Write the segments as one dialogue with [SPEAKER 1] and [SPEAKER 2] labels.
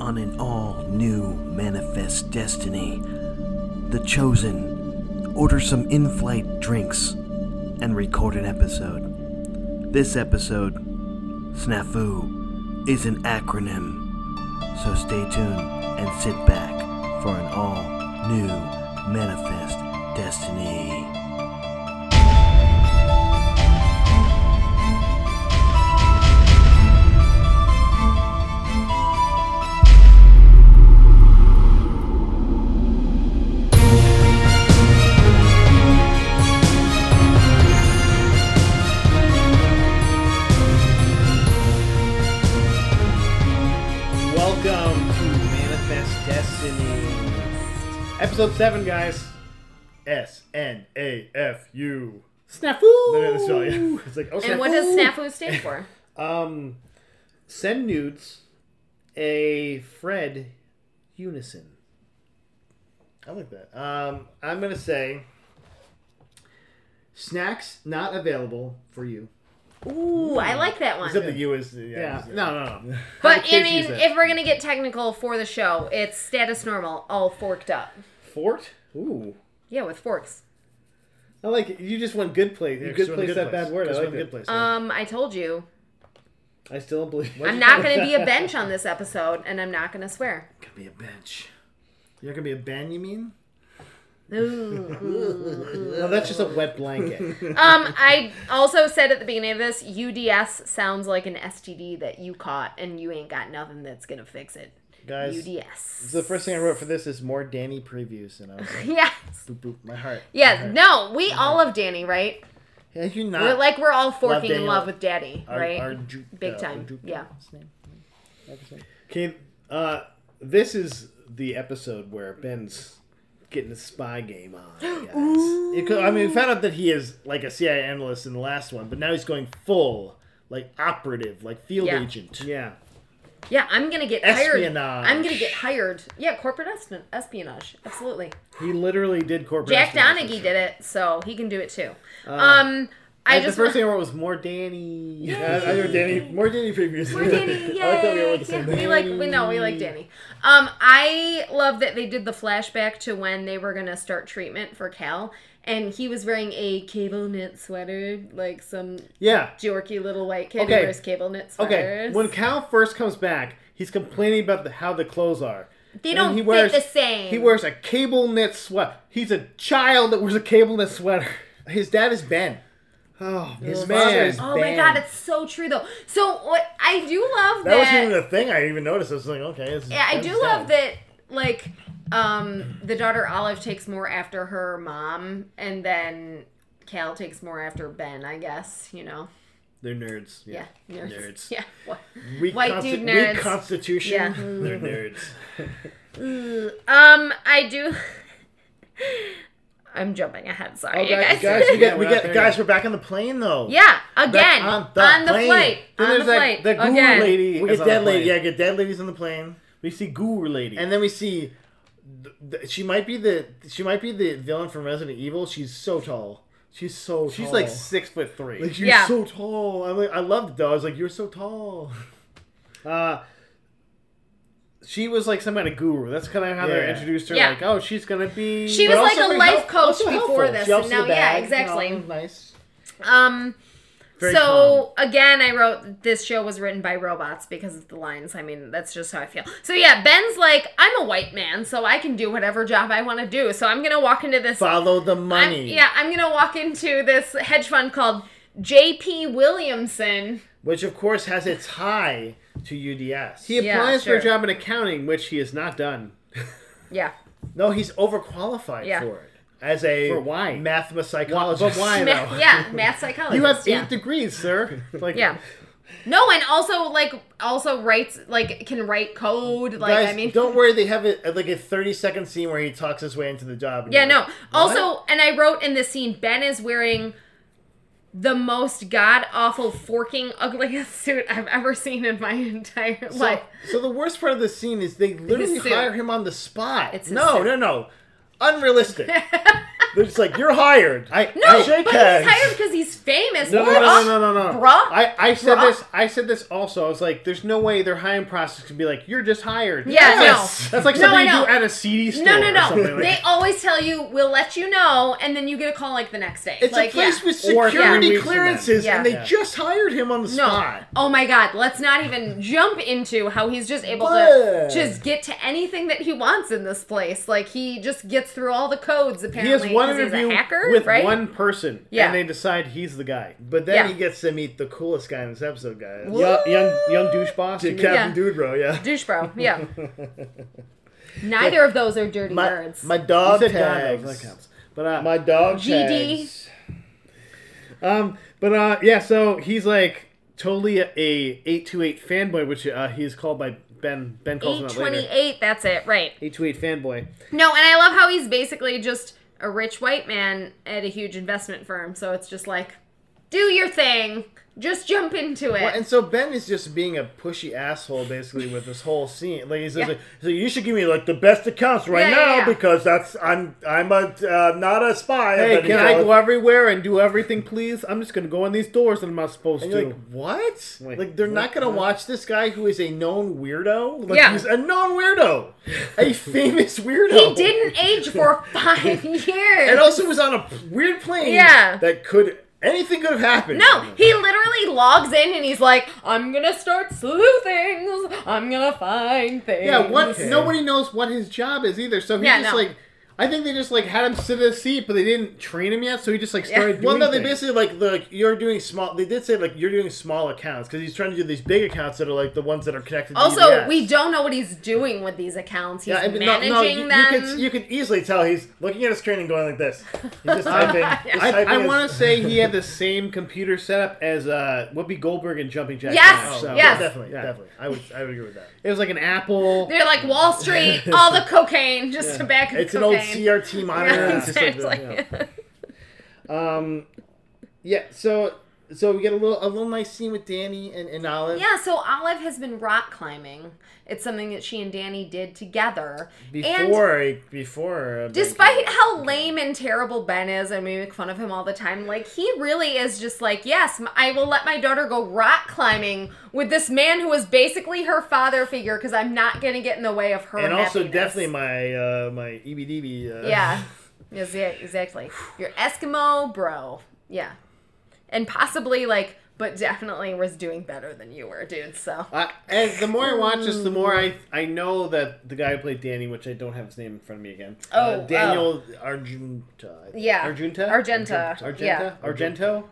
[SPEAKER 1] on an all new manifest destiny. The Chosen. Order some in flight drinks and record an episode. This episode, SNAFU, is an acronym. So stay tuned and sit back for an all new manifest destiny.
[SPEAKER 2] Welcome to Manifest Destiny. Episode 7, guys.
[SPEAKER 3] S N A F U.
[SPEAKER 2] Snafu!
[SPEAKER 3] Let me tell you. It's like, oh,
[SPEAKER 4] And
[SPEAKER 3] snap.
[SPEAKER 4] what does snafu stand for?
[SPEAKER 2] Um, send nudes a Fred unison.
[SPEAKER 3] I like that.
[SPEAKER 2] Um, I'm going to say snacks not available for you.
[SPEAKER 4] Ooh, I like that one.
[SPEAKER 3] Except the U is. Yeah.
[SPEAKER 2] Yeah.
[SPEAKER 3] it's-
[SPEAKER 2] No, no, no.
[SPEAKER 4] But I
[SPEAKER 2] kids
[SPEAKER 4] mean,
[SPEAKER 2] use that.
[SPEAKER 4] if we're gonna get technical for the show, it's status normal, all forked up.
[SPEAKER 2] Fort? Ooh.
[SPEAKER 4] Yeah, with forks.
[SPEAKER 2] I like it. You just went good place. You
[SPEAKER 3] Yeah, 'cause
[SPEAKER 2] good
[SPEAKER 3] you're in
[SPEAKER 2] place
[SPEAKER 3] the
[SPEAKER 2] that
[SPEAKER 3] good
[SPEAKER 2] bad
[SPEAKER 3] place.
[SPEAKER 2] word. I
[SPEAKER 3] 'Cause
[SPEAKER 2] like
[SPEAKER 3] you're in the
[SPEAKER 2] it.
[SPEAKER 3] good place.
[SPEAKER 4] Um, I told you,
[SPEAKER 2] I still don't believe.
[SPEAKER 4] I'm not gonna be a bench on this episode, and I'm not gonna swear.
[SPEAKER 2] Could be a bench. You're gonna be a ben, you mean?
[SPEAKER 4] Ooh.
[SPEAKER 2] No, that's just a wet blanket.
[SPEAKER 4] um, I also said at the beginning of this, UDS sounds like an STD that you caught, and you ain't got nothing that's gonna fix it.
[SPEAKER 2] Guys,
[SPEAKER 4] UDS.
[SPEAKER 2] the first thing I wrote for this is more Danny previews, and I was like,
[SPEAKER 4] Yes.
[SPEAKER 2] boop, boop, my heart.
[SPEAKER 4] Yes. No, we all love Danny, right?
[SPEAKER 2] Yeah, you're
[SPEAKER 3] Uh,
[SPEAKER 2] not.
[SPEAKER 4] We're like we're all forking in
[SPEAKER 2] Daniel.
[SPEAKER 4] love with Daddy,
[SPEAKER 2] Ar-
[SPEAKER 4] right?
[SPEAKER 2] Arju-
[SPEAKER 4] Big
[SPEAKER 2] uh,
[SPEAKER 4] time.
[SPEAKER 2] Arju-
[SPEAKER 4] yeah.
[SPEAKER 3] Okay, uh, this is the episode where Ben's getting his spy game on. Guys. It co- I mean, we found out that he is like a CIA analyst in the last one, but now he's going full, like operative, like field
[SPEAKER 4] Yeah.
[SPEAKER 3] agent.
[SPEAKER 2] Yeah.
[SPEAKER 4] Yeah, I'm gonna get
[SPEAKER 3] Espionage.
[SPEAKER 4] hired. I'm gonna get hired. Yeah, corporate esp- espionage. Absolutely.
[SPEAKER 2] He literally did corporate.
[SPEAKER 4] Jack
[SPEAKER 2] espionage.
[SPEAKER 4] Donaghy did it, so he can do it too.
[SPEAKER 3] Uh,
[SPEAKER 4] um, I
[SPEAKER 2] the
[SPEAKER 4] just
[SPEAKER 2] first thing I wrote was more Danny.
[SPEAKER 3] Yeah, I- I wrote Danny, more Danny previews.
[SPEAKER 4] We're Danny,
[SPEAKER 3] I like that we all
[SPEAKER 4] yay.
[SPEAKER 3] went the
[SPEAKER 4] Yeah,
[SPEAKER 3] same
[SPEAKER 4] we
[SPEAKER 3] thing.
[SPEAKER 4] like we know we like Danny. Um, I love that they did the flashback to when they were gonna start treatment for Cal, and he was wearing a cable knit sweater, like some
[SPEAKER 2] Yeah.
[SPEAKER 4] jerky little white kid
[SPEAKER 2] Okay.
[SPEAKER 4] who wears cable knit
[SPEAKER 2] Okay.
[SPEAKER 4] sweaters.
[SPEAKER 2] When Cal first comes back, he's complaining about the, how the clothes are.
[SPEAKER 4] They
[SPEAKER 2] And
[SPEAKER 4] don't
[SPEAKER 2] he
[SPEAKER 4] fit
[SPEAKER 2] wears-
[SPEAKER 4] the same.
[SPEAKER 2] He wears a cable knit sweater. He's a child that wears a cable knit sweater. His dad is Ben. Oh, his man
[SPEAKER 3] father
[SPEAKER 2] is
[SPEAKER 3] is
[SPEAKER 4] Oh my
[SPEAKER 2] Ben.
[SPEAKER 4] god, it's so true though. So what I do love that,
[SPEAKER 3] That wasn't even a thing I even noticed. I was like, okay. This is
[SPEAKER 4] yeah, I do
[SPEAKER 3] Ben's
[SPEAKER 4] love
[SPEAKER 3] dad.
[SPEAKER 4] that like um the daughter Olive takes more after her mom and then Cal takes more after Ben, I guess, you know.
[SPEAKER 3] They're nerds.
[SPEAKER 4] Yeah. Nerds.
[SPEAKER 3] Nerds.
[SPEAKER 4] Yeah. What?
[SPEAKER 3] Weak
[SPEAKER 4] White
[SPEAKER 3] consti-
[SPEAKER 4] dude
[SPEAKER 3] weak
[SPEAKER 4] nerds.
[SPEAKER 3] constitution.
[SPEAKER 4] Yeah.
[SPEAKER 2] Mm.
[SPEAKER 3] They're nerds.
[SPEAKER 4] Um I do I'm jumping ahead, sorry.
[SPEAKER 2] Oh,
[SPEAKER 4] you guys.
[SPEAKER 2] guys, guys, we
[SPEAKER 3] Yeah,
[SPEAKER 2] get, we
[SPEAKER 3] we're not
[SPEAKER 2] get
[SPEAKER 3] there
[SPEAKER 2] guys.
[SPEAKER 3] yet. We're back on the plane though.
[SPEAKER 4] yeah, again.
[SPEAKER 2] Back
[SPEAKER 4] On
[SPEAKER 2] on
[SPEAKER 4] the,
[SPEAKER 2] the plane.
[SPEAKER 4] flight.
[SPEAKER 2] Then
[SPEAKER 4] on
[SPEAKER 2] there's
[SPEAKER 4] the
[SPEAKER 2] that-
[SPEAKER 4] flight.
[SPEAKER 2] the guru
[SPEAKER 4] again.
[SPEAKER 2] lady.
[SPEAKER 3] We get
[SPEAKER 2] Is on the
[SPEAKER 3] dead lady.
[SPEAKER 2] plane.
[SPEAKER 3] Yeah, get dead ladies on the plane. We see guru lady,
[SPEAKER 2] And then we see
[SPEAKER 3] th- th- she might be the she might be the villain from Resident Evil. She's so tall. She's so
[SPEAKER 2] she's
[SPEAKER 3] tall.
[SPEAKER 2] like six foot three.
[SPEAKER 3] Oh. Like, you're
[SPEAKER 4] Yeah.
[SPEAKER 3] so tall. I like, I loved it though. I was like, you're so tall.
[SPEAKER 2] Uh, she was like some kind of guru. That's kind of how they
[SPEAKER 3] Yeah.
[SPEAKER 2] introduced her.
[SPEAKER 4] Yeah.
[SPEAKER 2] Like, oh, she's gonna be.
[SPEAKER 4] She
[SPEAKER 2] but
[SPEAKER 4] was
[SPEAKER 2] also
[SPEAKER 4] like a
[SPEAKER 2] very
[SPEAKER 4] life coach
[SPEAKER 2] also
[SPEAKER 4] before
[SPEAKER 2] helpful.
[SPEAKER 4] this,
[SPEAKER 2] She helps
[SPEAKER 4] and
[SPEAKER 2] with
[SPEAKER 4] now-
[SPEAKER 2] the
[SPEAKER 4] yeah,
[SPEAKER 2] bag, you
[SPEAKER 4] exactly.
[SPEAKER 3] Oh,
[SPEAKER 2] know, nice.
[SPEAKER 4] Um
[SPEAKER 3] Very
[SPEAKER 4] so again, I wrote this show was written by robots because of the lines. I mean, that's just how I feel. So yeah, Ben's like, I'm a white man, so I can do whatever job I want to do. So I'm gonna walk into this.
[SPEAKER 2] Follow the
[SPEAKER 4] I'm-
[SPEAKER 2] money.
[SPEAKER 4] Uh, yeah, I'm gonna walk into this hedge fund called J.P. Williamson.
[SPEAKER 3] which of course has a tie to UDS.
[SPEAKER 2] He applies
[SPEAKER 4] Yeah,
[SPEAKER 2] for
[SPEAKER 4] sure.
[SPEAKER 2] a job in accounting, which he has not done.
[SPEAKER 4] Yeah,
[SPEAKER 3] no, he's overqualified
[SPEAKER 4] Yeah.
[SPEAKER 3] for it as a
[SPEAKER 2] For why?
[SPEAKER 3] mathema psychologist.
[SPEAKER 2] But why? I
[SPEAKER 4] math,
[SPEAKER 2] know.
[SPEAKER 4] yeah, math psychologist.
[SPEAKER 2] You have eight
[SPEAKER 4] yeah.
[SPEAKER 2] degrees, sir. Like,
[SPEAKER 4] yeah. No, and also like also writes like can write code. Like
[SPEAKER 3] Guys,
[SPEAKER 4] I mean,
[SPEAKER 3] don't worry. They have a, like a thirty-second scene where he talks his way into the job. and
[SPEAKER 4] Yeah,
[SPEAKER 3] you're
[SPEAKER 4] no.
[SPEAKER 3] like,
[SPEAKER 4] Also, and I wrote in this scene, Ben is wearing the most god awful forking ugliest suit I've ever seen in my entire
[SPEAKER 3] So,
[SPEAKER 4] life.
[SPEAKER 3] so the worst part of the scene is they literally
[SPEAKER 4] suit.
[SPEAKER 3] hire him on the spot.
[SPEAKER 4] It's his
[SPEAKER 3] no,
[SPEAKER 4] suit.
[SPEAKER 3] no, no, unrealistic. They're just like, you're hired.
[SPEAKER 2] I
[SPEAKER 4] No,
[SPEAKER 2] I,
[SPEAKER 4] but
[SPEAKER 3] hands.
[SPEAKER 4] he's hired because he's famous.
[SPEAKER 2] No, no,
[SPEAKER 4] What?
[SPEAKER 2] no, no, no, no, no.
[SPEAKER 4] Bruh.
[SPEAKER 2] I, I said
[SPEAKER 4] Bruh.
[SPEAKER 2] this. I said this also. I was like, "There's no way their hiring process can be like you're just hired."
[SPEAKER 4] Yeah,
[SPEAKER 2] Yes.
[SPEAKER 4] no.
[SPEAKER 2] that's like
[SPEAKER 4] No,
[SPEAKER 2] something
[SPEAKER 4] I
[SPEAKER 2] you
[SPEAKER 4] know.
[SPEAKER 2] do at a CD store.
[SPEAKER 4] no, no,
[SPEAKER 2] Or
[SPEAKER 4] no.
[SPEAKER 2] something like
[SPEAKER 4] They always tell you, we'll let you know, and then you get a call like the next day.
[SPEAKER 3] It's
[SPEAKER 4] like,
[SPEAKER 3] a place
[SPEAKER 4] yeah.
[SPEAKER 3] with
[SPEAKER 2] Or three
[SPEAKER 3] security
[SPEAKER 2] weeks from
[SPEAKER 3] clearances,
[SPEAKER 4] then.
[SPEAKER 3] and they
[SPEAKER 4] Yeah.
[SPEAKER 3] just hired him on the
[SPEAKER 4] No.
[SPEAKER 3] spot.
[SPEAKER 4] Oh my god, let's not even jump into how he's just able
[SPEAKER 3] Bleh.
[SPEAKER 4] to just get to anything that he wants in this place. Like he just gets through all the codes
[SPEAKER 2] he
[SPEAKER 4] apparently.
[SPEAKER 2] has one
[SPEAKER 4] 'cause
[SPEAKER 2] interview
[SPEAKER 4] he's a hacker,
[SPEAKER 2] with
[SPEAKER 4] right?
[SPEAKER 2] one person,
[SPEAKER 4] Yeah.
[SPEAKER 2] and they decide he's the guy.
[SPEAKER 3] But then
[SPEAKER 4] Yeah.
[SPEAKER 3] he gets to meet the coolest guy in this episode, guys.
[SPEAKER 4] Wha-
[SPEAKER 2] Young, young, young douche boss. you
[SPEAKER 3] Captain
[SPEAKER 2] mean?
[SPEAKER 4] Yeah.
[SPEAKER 3] Dude, bro, yeah.
[SPEAKER 4] douche bro. Yeah. Neither of those are dirty
[SPEAKER 3] My,
[SPEAKER 4] words.
[SPEAKER 3] my
[SPEAKER 2] He
[SPEAKER 3] dog
[SPEAKER 2] said God
[SPEAKER 3] tags.
[SPEAKER 2] knows, that counts. But uh,
[SPEAKER 3] My dog
[SPEAKER 4] GD.
[SPEAKER 3] tags.
[SPEAKER 2] Um, but uh, yeah, so he's like totally a, a eight two eight fanboy, which uh, he's called by Ben. Ben calls him out later.
[SPEAKER 4] 828, that's it, right.
[SPEAKER 2] Eight two eight fanboy.
[SPEAKER 4] No, and I love how he's basically just a rich white man at a huge investment firm. So it's just like, do your thing, just jump into it.
[SPEAKER 3] Well, and so Ben is just being a pushy asshole basically with this whole scene. Like he says,
[SPEAKER 4] Yeah.
[SPEAKER 3] like, so you should give me like the best accounts right
[SPEAKER 4] Yeah, yeah,
[SPEAKER 3] now
[SPEAKER 4] yeah.
[SPEAKER 3] because that's I'm I'm a uh, not a spy.
[SPEAKER 2] Hey,
[SPEAKER 3] But
[SPEAKER 2] can
[SPEAKER 3] he's
[SPEAKER 2] I
[SPEAKER 3] all-
[SPEAKER 2] go everywhere and do everything, please? I'm just gonna go in these doors that I'm not supposed
[SPEAKER 3] And
[SPEAKER 2] to.
[SPEAKER 3] you're like, what?
[SPEAKER 2] Wait,
[SPEAKER 3] like they're not
[SPEAKER 2] what?
[SPEAKER 3] gonna watch this guy who is a known weirdo. Like
[SPEAKER 4] Yeah.
[SPEAKER 3] he's a known weirdo, a famous weirdo.
[SPEAKER 4] he didn't age for five years.
[SPEAKER 3] and also was on a weird plane.
[SPEAKER 4] Yeah.
[SPEAKER 3] that could anything could have happened.
[SPEAKER 4] No, he literally logs in and he's like, I'm gonna start sleuthing. I'm gonna find things.
[SPEAKER 2] yeah, what?
[SPEAKER 3] Okay.
[SPEAKER 2] Nobody knows what his job is either. So he
[SPEAKER 4] Yeah,
[SPEAKER 2] just
[SPEAKER 4] no.
[SPEAKER 2] like, I think they just like had him sit in a seat, but they didn't train him yet, so he just like
[SPEAKER 4] Yeah.
[SPEAKER 2] started.
[SPEAKER 3] Well,
[SPEAKER 2] doing
[SPEAKER 3] no, they
[SPEAKER 2] things.
[SPEAKER 3] basically like the, like you're doing small. They did say like you're doing small accounts because he's trying to do these big accounts that are like the ones that are connected. to
[SPEAKER 4] Also,
[SPEAKER 3] EBS.
[SPEAKER 4] we don't know what he's doing with these accounts. He's
[SPEAKER 3] Yeah, I mean,
[SPEAKER 4] managing
[SPEAKER 3] you, you
[SPEAKER 4] them.
[SPEAKER 3] could you could easily tell he's looking at his screen and going like this. He's just typing. just
[SPEAKER 2] I,
[SPEAKER 3] typing
[SPEAKER 2] I
[SPEAKER 3] his-
[SPEAKER 2] want to say he had the same computer setup as uh, Whoopi Goldberg and Jumping Jack.
[SPEAKER 4] Yes,
[SPEAKER 2] Flash, so-
[SPEAKER 4] yes.
[SPEAKER 3] Oh, Definitely,
[SPEAKER 2] Yeah.
[SPEAKER 3] definitely. I would I would agree with that.
[SPEAKER 2] It was like an Apple.
[SPEAKER 4] They're like Wall Street, all the cocaine, just to back of
[SPEAKER 3] It's an old
[SPEAKER 4] cocaine.
[SPEAKER 3] CRT monitor.
[SPEAKER 4] Yeah,
[SPEAKER 3] It's just like the-
[SPEAKER 4] exactly.
[SPEAKER 3] yeah.
[SPEAKER 2] Um,
[SPEAKER 3] Yeah, so so we get a little a little nice scene with Danny and, and Olive.
[SPEAKER 4] Yeah, so Olive has been rock climbing. It's something that she and Danny did together. and
[SPEAKER 3] Before a- before um, a big-
[SPEAKER 4] despite how lame and terrible Ben is, and we make fun of him all the time, like he really is just like, yes, m- I will let my daughter go rock climbing with this man who is basically her father figure because I'm not gonna get in the way of her.
[SPEAKER 3] and also
[SPEAKER 4] happiness."
[SPEAKER 3] definitely my uh my EBDB uh,
[SPEAKER 4] yeah, yes, yeah, exactly. Your Eskimo bro, yeah, and possibly like, but definitely was doing better than you were, dude. So
[SPEAKER 2] I, as the more I watch this, the more I I know that the guy who played Danny, which I don't have his name in front of me again,
[SPEAKER 4] oh,
[SPEAKER 3] uh,
[SPEAKER 4] oh.
[SPEAKER 3] Daniel Arjunta. I think.
[SPEAKER 4] Yeah.
[SPEAKER 2] Arjunta,
[SPEAKER 4] Argenta.
[SPEAKER 2] Argenta,
[SPEAKER 4] Yeah.
[SPEAKER 2] Argento.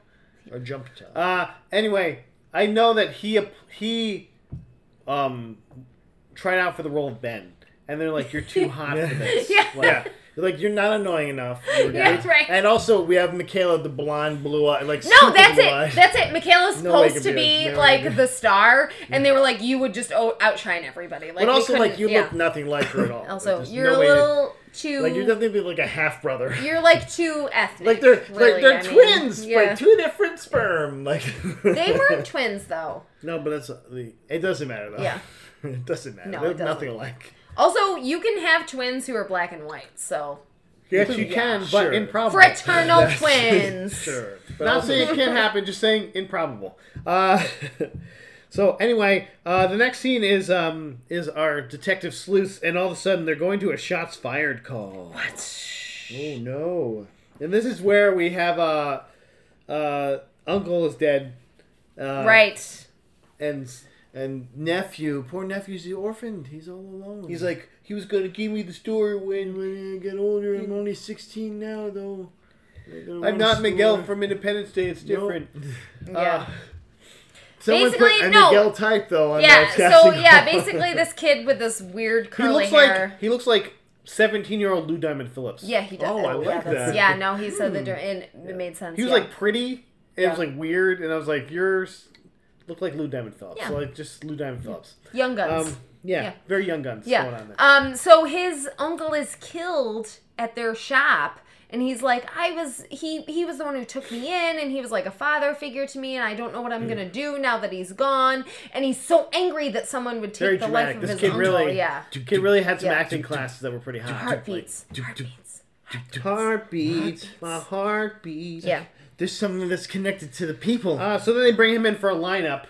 [SPEAKER 3] Or Jumpta.
[SPEAKER 2] Uh, anyway, I know that he ap- he um tried out for the role of Ben, and they're like, "You're too hot for this."
[SPEAKER 4] Yeah.
[SPEAKER 2] Like,
[SPEAKER 3] yeah. Like you're not annoying enough.
[SPEAKER 4] Yeah, that's right.
[SPEAKER 3] And also we have Michaela the blonde blue
[SPEAKER 2] uh,
[SPEAKER 3] eye like
[SPEAKER 4] No,
[SPEAKER 3] super
[SPEAKER 4] that's
[SPEAKER 3] blue
[SPEAKER 4] it.
[SPEAKER 3] eye.
[SPEAKER 4] That's it. Michaela's
[SPEAKER 3] No way
[SPEAKER 4] supposed
[SPEAKER 3] could
[SPEAKER 4] to
[SPEAKER 3] be a-
[SPEAKER 4] be
[SPEAKER 3] no way
[SPEAKER 4] like
[SPEAKER 3] could be.
[SPEAKER 4] the star, and they were like, "You would just o- outshine everybody." Like,
[SPEAKER 3] But
[SPEAKER 4] we
[SPEAKER 3] also like
[SPEAKER 4] couldn't-
[SPEAKER 3] you
[SPEAKER 4] yeah.
[SPEAKER 3] look nothing like her at all. Like,
[SPEAKER 4] Also,
[SPEAKER 3] there's
[SPEAKER 4] you're
[SPEAKER 3] no
[SPEAKER 4] a
[SPEAKER 3] way to-
[SPEAKER 4] little too.
[SPEAKER 3] like you're definitely like a half brother.
[SPEAKER 4] you're, like too ethnic.
[SPEAKER 3] Like they're
[SPEAKER 4] really,
[SPEAKER 3] like they're
[SPEAKER 4] I mean.
[SPEAKER 3] twins,
[SPEAKER 4] Yeah.
[SPEAKER 3] like two different sperm. Like
[SPEAKER 4] they weren't twins though.
[SPEAKER 3] No, but that's the. It doesn't matter though.
[SPEAKER 4] Yeah.
[SPEAKER 3] it doesn't matter.
[SPEAKER 4] No,
[SPEAKER 3] They're
[SPEAKER 4] it doesn't.
[SPEAKER 3] nothing alike.
[SPEAKER 4] Also, you can have twins who are black and white. So
[SPEAKER 2] Yes, you can, but
[SPEAKER 3] Sure.
[SPEAKER 2] improbable.
[SPEAKER 4] fraternal twins.
[SPEAKER 3] Sure. But
[SPEAKER 2] Not
[SPEAKER 3] also-
[SPEAKER 2] saying it can't happen, just saying improbable. Uh, so anyway, uh, the next scene is um, is our detective sleuths, and all of a sudden they're going to a shots fired call. What? Oh no! And this is where we have uh, uh, uncle is dead, uh,
[SPEAKER 4] Right.
[SPEAKER 2] And
[SPEAKER 3] and nephew, poor nephew's the orphaned. He's all alone.
[SPEAKER 2] he's like, he was gonna give me the story when
[SPEAKER 3] when I get older, I'm only 16 now though. I don't
[SPEAKER 2] I'm
[SPEAKER 3] wanna
[SPEAKER 2] not
[SPEAKER 3] score."
[SPEAKER 2] Miguel from Independence Day. It's
[SPEAKER 3] Nope.
[SPEAKER 2] different.
[SPEAKER 3] uh,
[SPEAKER 4] Yeah.
[SPEAKER 3] Someone put
[SPEAKER 4] Basically,
[SPEAKER 3] a
[SPEAKER 4] no.
[SPEAKER 3] Miguel type though. On
[SPEAKER 4] yeah.
[SPEAKER 3] that
[SPEAKER 4] So
[SPEAKER 3] casting
[SPEAKER 4] yeah,
[SPEAKER 3] call.
[SPEAKER 4] basically this kid with this weird
[SPEAKER 2] He
[SPEAKER 4] curly
[SPEAKER 2] looks
[SPEAKER 4] hair.
[SPEAKER 2] like he looks like 17 year old Lou Diamond Phillips.
[SPEAKER 4] yeah, he does.
[SPEAKER 3] Oh, I
[SPEAKER 4] yeah,
[SPEAKER 3] like
[SPEAKER 4] that's-
[SPEAKER 3] that. Hmm.
[SPEAKER 4] Yeah, no, he said that, and it made sense.
[SPEAKER 2] He was
[SPEAKER 4] yeah.
[SPEAKER 2] like pretty. And It was like weird, and I was like, "Yours look like Lou Diamond Phillips,
[SPEAKER 4] Yeah.
[SPEAKER 2] so like just Lou Diamond Phillips."
[SPEAKER 4] young guns.
[SPEAKER 2] Um, yeah,
[SPEAKER 4] Yeah.
[SPEAKER 2] very young guns going
[SPEAKER 4] Yeah.
[SPEAKER 2] on there.
[SPEAKER 4] Um. So his uncle is killed at their shop, and he's like, "I was he he was the one who took me in, and he was like a father figure to me, and I don't know what I'm gonna do now that he's gone." And he's so angry that someone would take
[SPEAKER 2] very
[SPEAKER 4] the life
[SPEAKER 2] dramatic.
[SPEAKER 4] of
[SPEAKER 2] This
[SPEAKER 4] his
[SPEAKER 2] kid
[SPEAKER 4] uncle.
[SPEAKER 2] really,
[SPEAKER 4] yeah.
[SPEAKER 2] kid really had some
[SPEAKER 4] Yeah.
[SPEAKER 2] acting classes that were pretty hot.
[SPEAKER 4] Heartbeats. Heartbeats.
[SPEAKER 3] Heartbeat, my heartbeat.
[SPEAKER 4] Yeah.
[SPEAKER 3] There's something that's connected to the people.
[SPEAKER 2] Uh, so then they bring him in for a lineup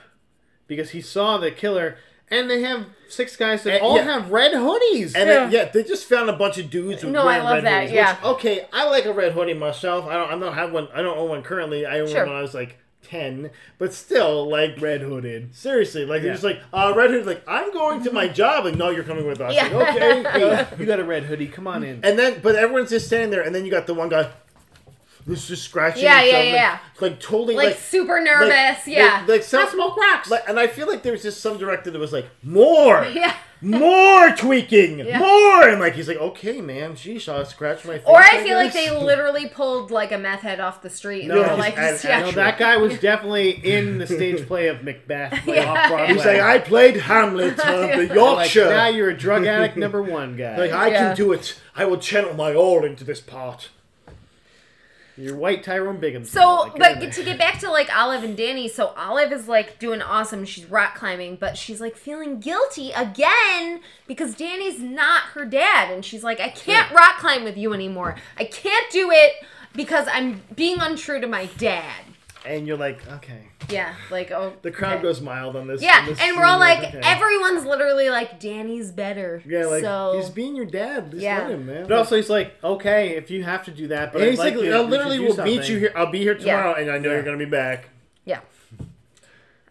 [SPEAKER 2] because he saw the killer, and they have six guys that
[SPEAKER 3] And-
[SPEAKER 2] all
[SPEAKER 3] yeah.
[SPEAKER 2] have red hoodies.
[SPEAKER 3] and
[SPEAKER 4] yeah.
[SPEAKER 3] yeah. yeah, they just found a bunch of dudes with
[SPEAKER 4] No, I
[SPEAKER 3] wearing
[SPEAKER 4] love
[SPEAKER 3] red
[SPEAKER 4] that,
[SPEAKER 3] hoodies. which,
[SPEAKER 4] yeah.
[SPEAKER 3] okay, I like a red hoodie myself. I don't. I don't have one. I don't own one currently. I owned
[SPEAKER 4] Sure.
[SPEAKER 3] one when I was like ten. But still, like
[SPEAKER 2] red hooded.
[SPEAKER 3] seriously, like
[SPEAKER 2] Yeah.
[SPEAKER 3] they're just like uh, red hoodie. Like I'm going to my job. Like no, you're coming with us.
[SPEAKER 4] Yeah.
[SPEAKER 3] Like, okay.
[SPEAKER 2] Hey, you got a red hoodie. Come on in.
[SPEAKER 3] And then, but everyone's just standing there, and then you got the one guy who's just scratching.
[SPEAKER 4] Yeah, yeah,
[SPEAKER 3] himself, like-
[SPEAKER 4] yeah.
[SPEAKER 3] Like, totally,
[SPEAKER 4] Like,
[SPEAKER 3] like,
[SPEAKER 4] super nervous. yeah.
[SPEAKER 3] Like, like some,
[SPEAKER 2] smoke rocks.
[SPEAKER 3] Like, and I feel like there was just some director that was like, more,
[SPEAKER 4] yeah.
[SPEAKER 3] more tweaking, more, and like he's like, okay, man, sheesh, I'll scratch my face.
[SPEAKER 4] Or I feel like
[SPEAKER 3] guess."
[SPEAKER 4] they literally pulled like a meth head off the street. And
[SPEAKER 3] No,
[SPEAKER 4] they were
[SPEAKER 3] he's
[SPEAKER 4] like,
[SPEAKER 3] an
[SPEAKER 4] yeah.
[SPEAKER 3] actual-
[SPEAKER 2] No, that guy was definitely in the stage play of Macbeth, like
[SPEAKER 4] Yeah.
[SPEAKER 2] off Broadway.
[SPEAKER 3] He's like, I played Hamlet of the
[SPEAKER 2] Like,
[SPEAKER 3] Yorkshire.
[SPEAKER 2] now
[SPEAKER 3] Like,
[SPEAKER 2] you're a drug addict number one guy.
[SPEAKER 3] I
[SPEAKER 4] Yeah.
[SPEAKER 3] can do it. I will channel my all into this part.
[SPEAKER 2] you're white Tyrone Biggins.
[SPEAKER 3] Oh
[SPEAKER 4] So,
[SPEAKER 2] Like, you're in
[SPEAKER 4] but
[SPEAKER 2] there.
[SPEAKER 4] to get back to like Olive and Danny, so Olive is like doing awesome. She's rock climbing, but she's like feeling guilty again because Danny's not her dad. And she's like, I can't rock climb with you anymore. I can't do it because I'm being untrue to my dad.
[SPEAKER 3] And you're like, okay.
[SPEAKER 4] Yeah, like, oh.
[SPEAKER 3] The crowd
[SPEAKER 4] okay.
[SPEAKER 3] goes mild on this. on
[SPEAKER 4] Yeah,
[SPEAKER 3] this
[SPEAKER 4] and we're all
[SPEAKER 3] scene,
[SPEAKER 4] like,
[SPEAKER 3] okay.
[SPEAKER 4] everyone's literally like, Danny's better.
[SPEAKER 3] Yeah, like
[SPEAKER 4] so,
[SPEAKER 3] he's being your dad. Just
[SPEAKER 4] Yeah.
[SPEAKER 3] let him, man.
[SPEAKER 2] But also, he's like, okay, if you have to do that, but
[SPEAKER 3] and
[SPEAKER 2] I'd
[SPEAKER 3] he's
[SPEAKER 2] like
[SPEAKER 3] like,
[SPEAKER 2] you-
[SPEAKER 3] I
[SPEAKER 2] you
[SPEAKER 3] literally
[SPEAKER 2] should
[SPEAKER 3] will
[SPEAKER 2] do
[SPEAKER 3] meet
[SPEAKER 2] something."
[SPEAKER 3] you here. I'll be here
[SPEAKER 4] Yeah.
[SPEAKER 3] tomorrow, and I know
[SPEAKER 2] Yeah.
[SPEAKER 3] you're gonna be back.
[SPEAKER 4] yeah.